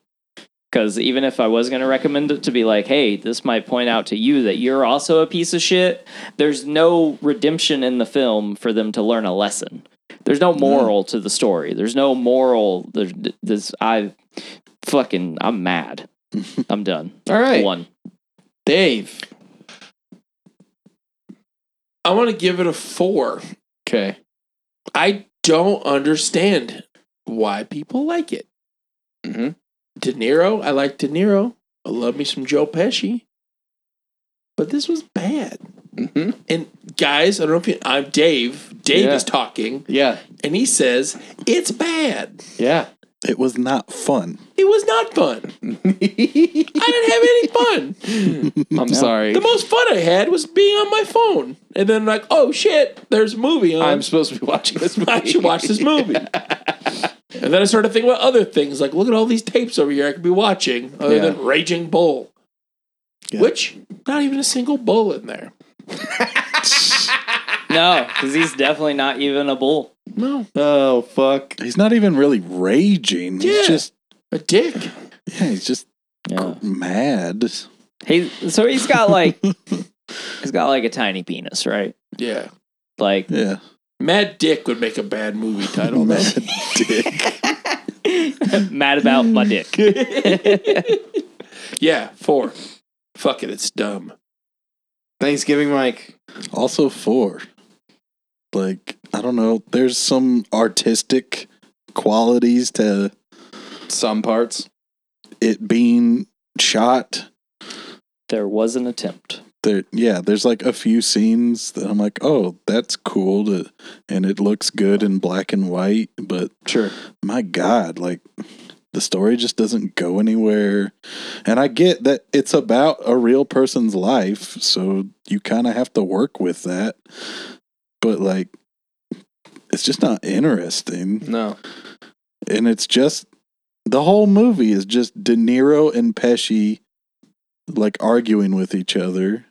Because even if I was going to recommend it to be like, hey, this might point out to you that you're also a piece of shit, there's no redemption in the film for them to learn a lesson. There's no moral to the story. There's no moral. There's this. I fucking. I'm mad. I'm done. All right, One. Dave. I want to give it a four. Okay. I don't understand why people like it. Mm-hmm. De Niro, I like De Niro. I love me some Joe Pesci. But this was bad. Mm-hmm. And guys, I don't know if you, I'm Dave. Dave Yeah. is talking, Yeah. and he says it's bad. Yeah. It was not fun. It was not fun. I didn't have any fun. I'm sorry. The most fun I had was being on my phone, and then like, oh shit, there's a movie on. I'm supposed to be watching this movie. I should watch this movie. and then I started thinking about other things, like look at all these tapes over here I could be watching, other Yeah. than Raging Bull, Yeah. which not even a single bull in there. No, because he's definitely not even a bull. No, Oh fuck. He's not even really raging. Yeah. He's just a dick. yeah, he's just Yeah. mad. He so he's got like he's got like a tiny penis, right? Yeah, Like Yeah. Mad Dick would make a bad movie title. though. Mad dick. mad about my dick. yeah, four. Fuck it, it's dumb. Thanksgiving, Mike. Also four. Like, I don't know, there's some artistic qualities to Some parts. it being shot. there was an attempt. There yeah, there's like a few scenes that I'm like, oh, that's cool to, and it looks good in black and white, but Sure. my god like the story just doesn't go anywhere and i get that it's about a real person's life so you kind of have to work with that but like it's just not interesting No. and it's just the whole movie is just de niro and pesci like arguing with each other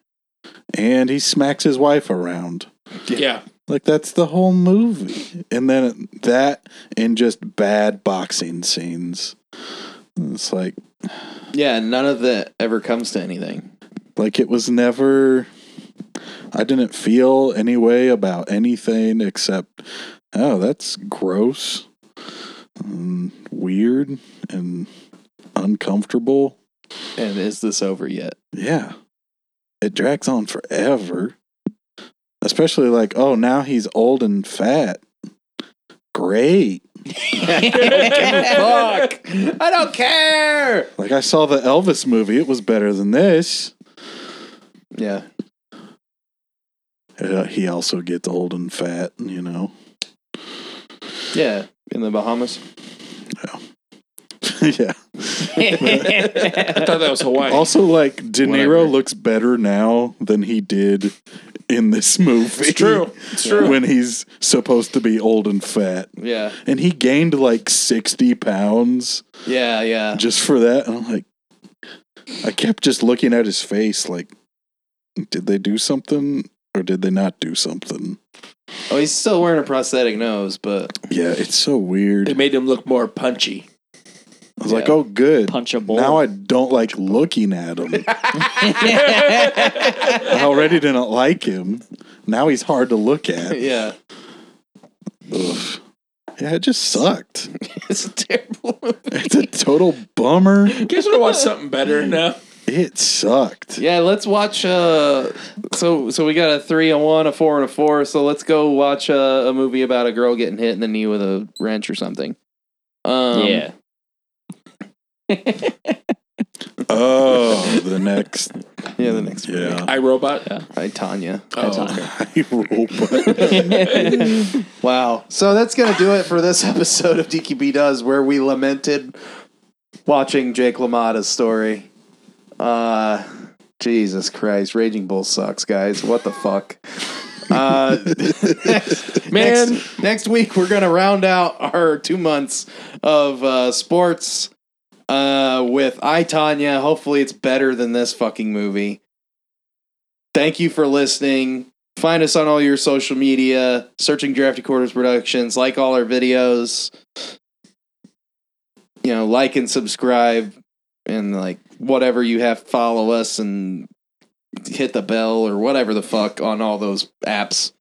and he smacks his wife around Yeah, like that's the whole movie. And then that and just bad boxing scenes. It's like Yeah, none of that ever comes to anything. like it was never I didn't feel any way about anything except oh, that's gross and weird and uncomfortable. And is this over yet? Yeah. It drags on forever. Especially like, oh, now he's old and fat. Great. Fuck! I don't care. Like I saw the Elvis movie, it was better than this. Yeah. Uh, he also gets old and fat, you know. Yeah, in the Bahamas. yeah. I thought that was Hawaii. Also, like De Whatever. Niro looks better now than he did in this movie. it's true. It's true. When he's supposed to be old and fat, Yeah, and he gained like sixty pounds yeah, yeah. just for that, and I'm like, I kept just looking at his face, like, did they do something or did they not do something? Oh, he's still wearing a prosthetic nose, but Yeah, it's so weird. They I made him look more punchy. was like, oh, good. Punchable. Now I don't like looking at him. I already didn't like him. Now he's hard to look at. yeah, Ugh. Yeah, it just sucked. it's a terrible movie. It's a total bummer. You guys want to watch something better now? It sucked. Yeah, let's watch. Uh, so so we got a three, a one, a four, and a four. So let's go watch uh, a movie about a girl getting hit in the knee with a wrench or something. Um, yeah. Oh, the next. yeah. The next, Yeah. I Robot. Hi, Tanya. Oh, I roll, but Wow. So that's going to do it for this episode of DQB Does, where we lamented watching Jake LaMotta's story. Uh, Jesus Christ. Raging Bull sucks, guys. What the fuck? Uh, Man. Next, next week, we're going to round out our two months of uh, sports uh, with I, Tanya. Hopefully, it's better than this fucking movie. Thank you for listening. Find us on all your social media, searching Drafty Quarters Productions, like all our videos. You know, like and subscribe and like whatever you have, follow us and hit the bell or whatever the fuck on all those apps.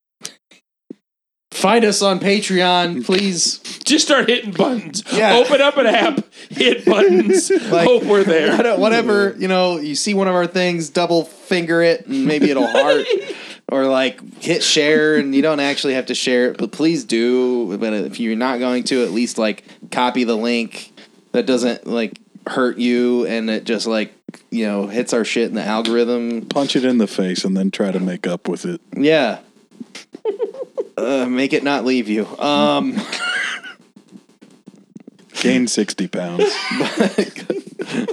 Find us on Patreon, please. just start hitting buttons. Yeah. Open up an app, hit buttons. Like- hope we're there. What- whatever you know you see one of our things double finger it and maybe it'll heart or like hit share and you don't actually have to share it but please do but if you're not going to at least like copy the link that doesn't like hurt you and it just like you know hits our shit in the algorithm punch it in the face and then try to make up with it. yeah uh, make it not leave you um Gain 60 pounds.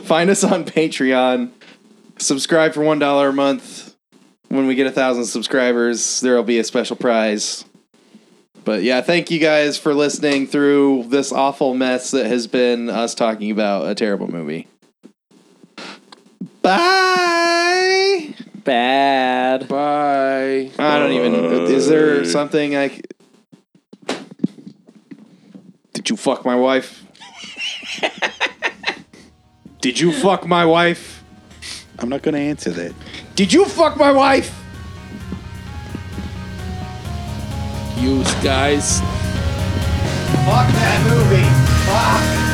Find us on Patreon. Subscribe for one dollar a month. When we get a thousand subscribers, there'll be a special prize. But yeah, thank you guys for listening through this awful mess that has been us talking about a terrible movie. Bye. Bad. Bye. I don't even. Is there something I? c- Did you fuck my wife? Did you fuck my wife? I'm not going to answer that. Did you fuck my wife? You guys. Fuck that movie. Fuck.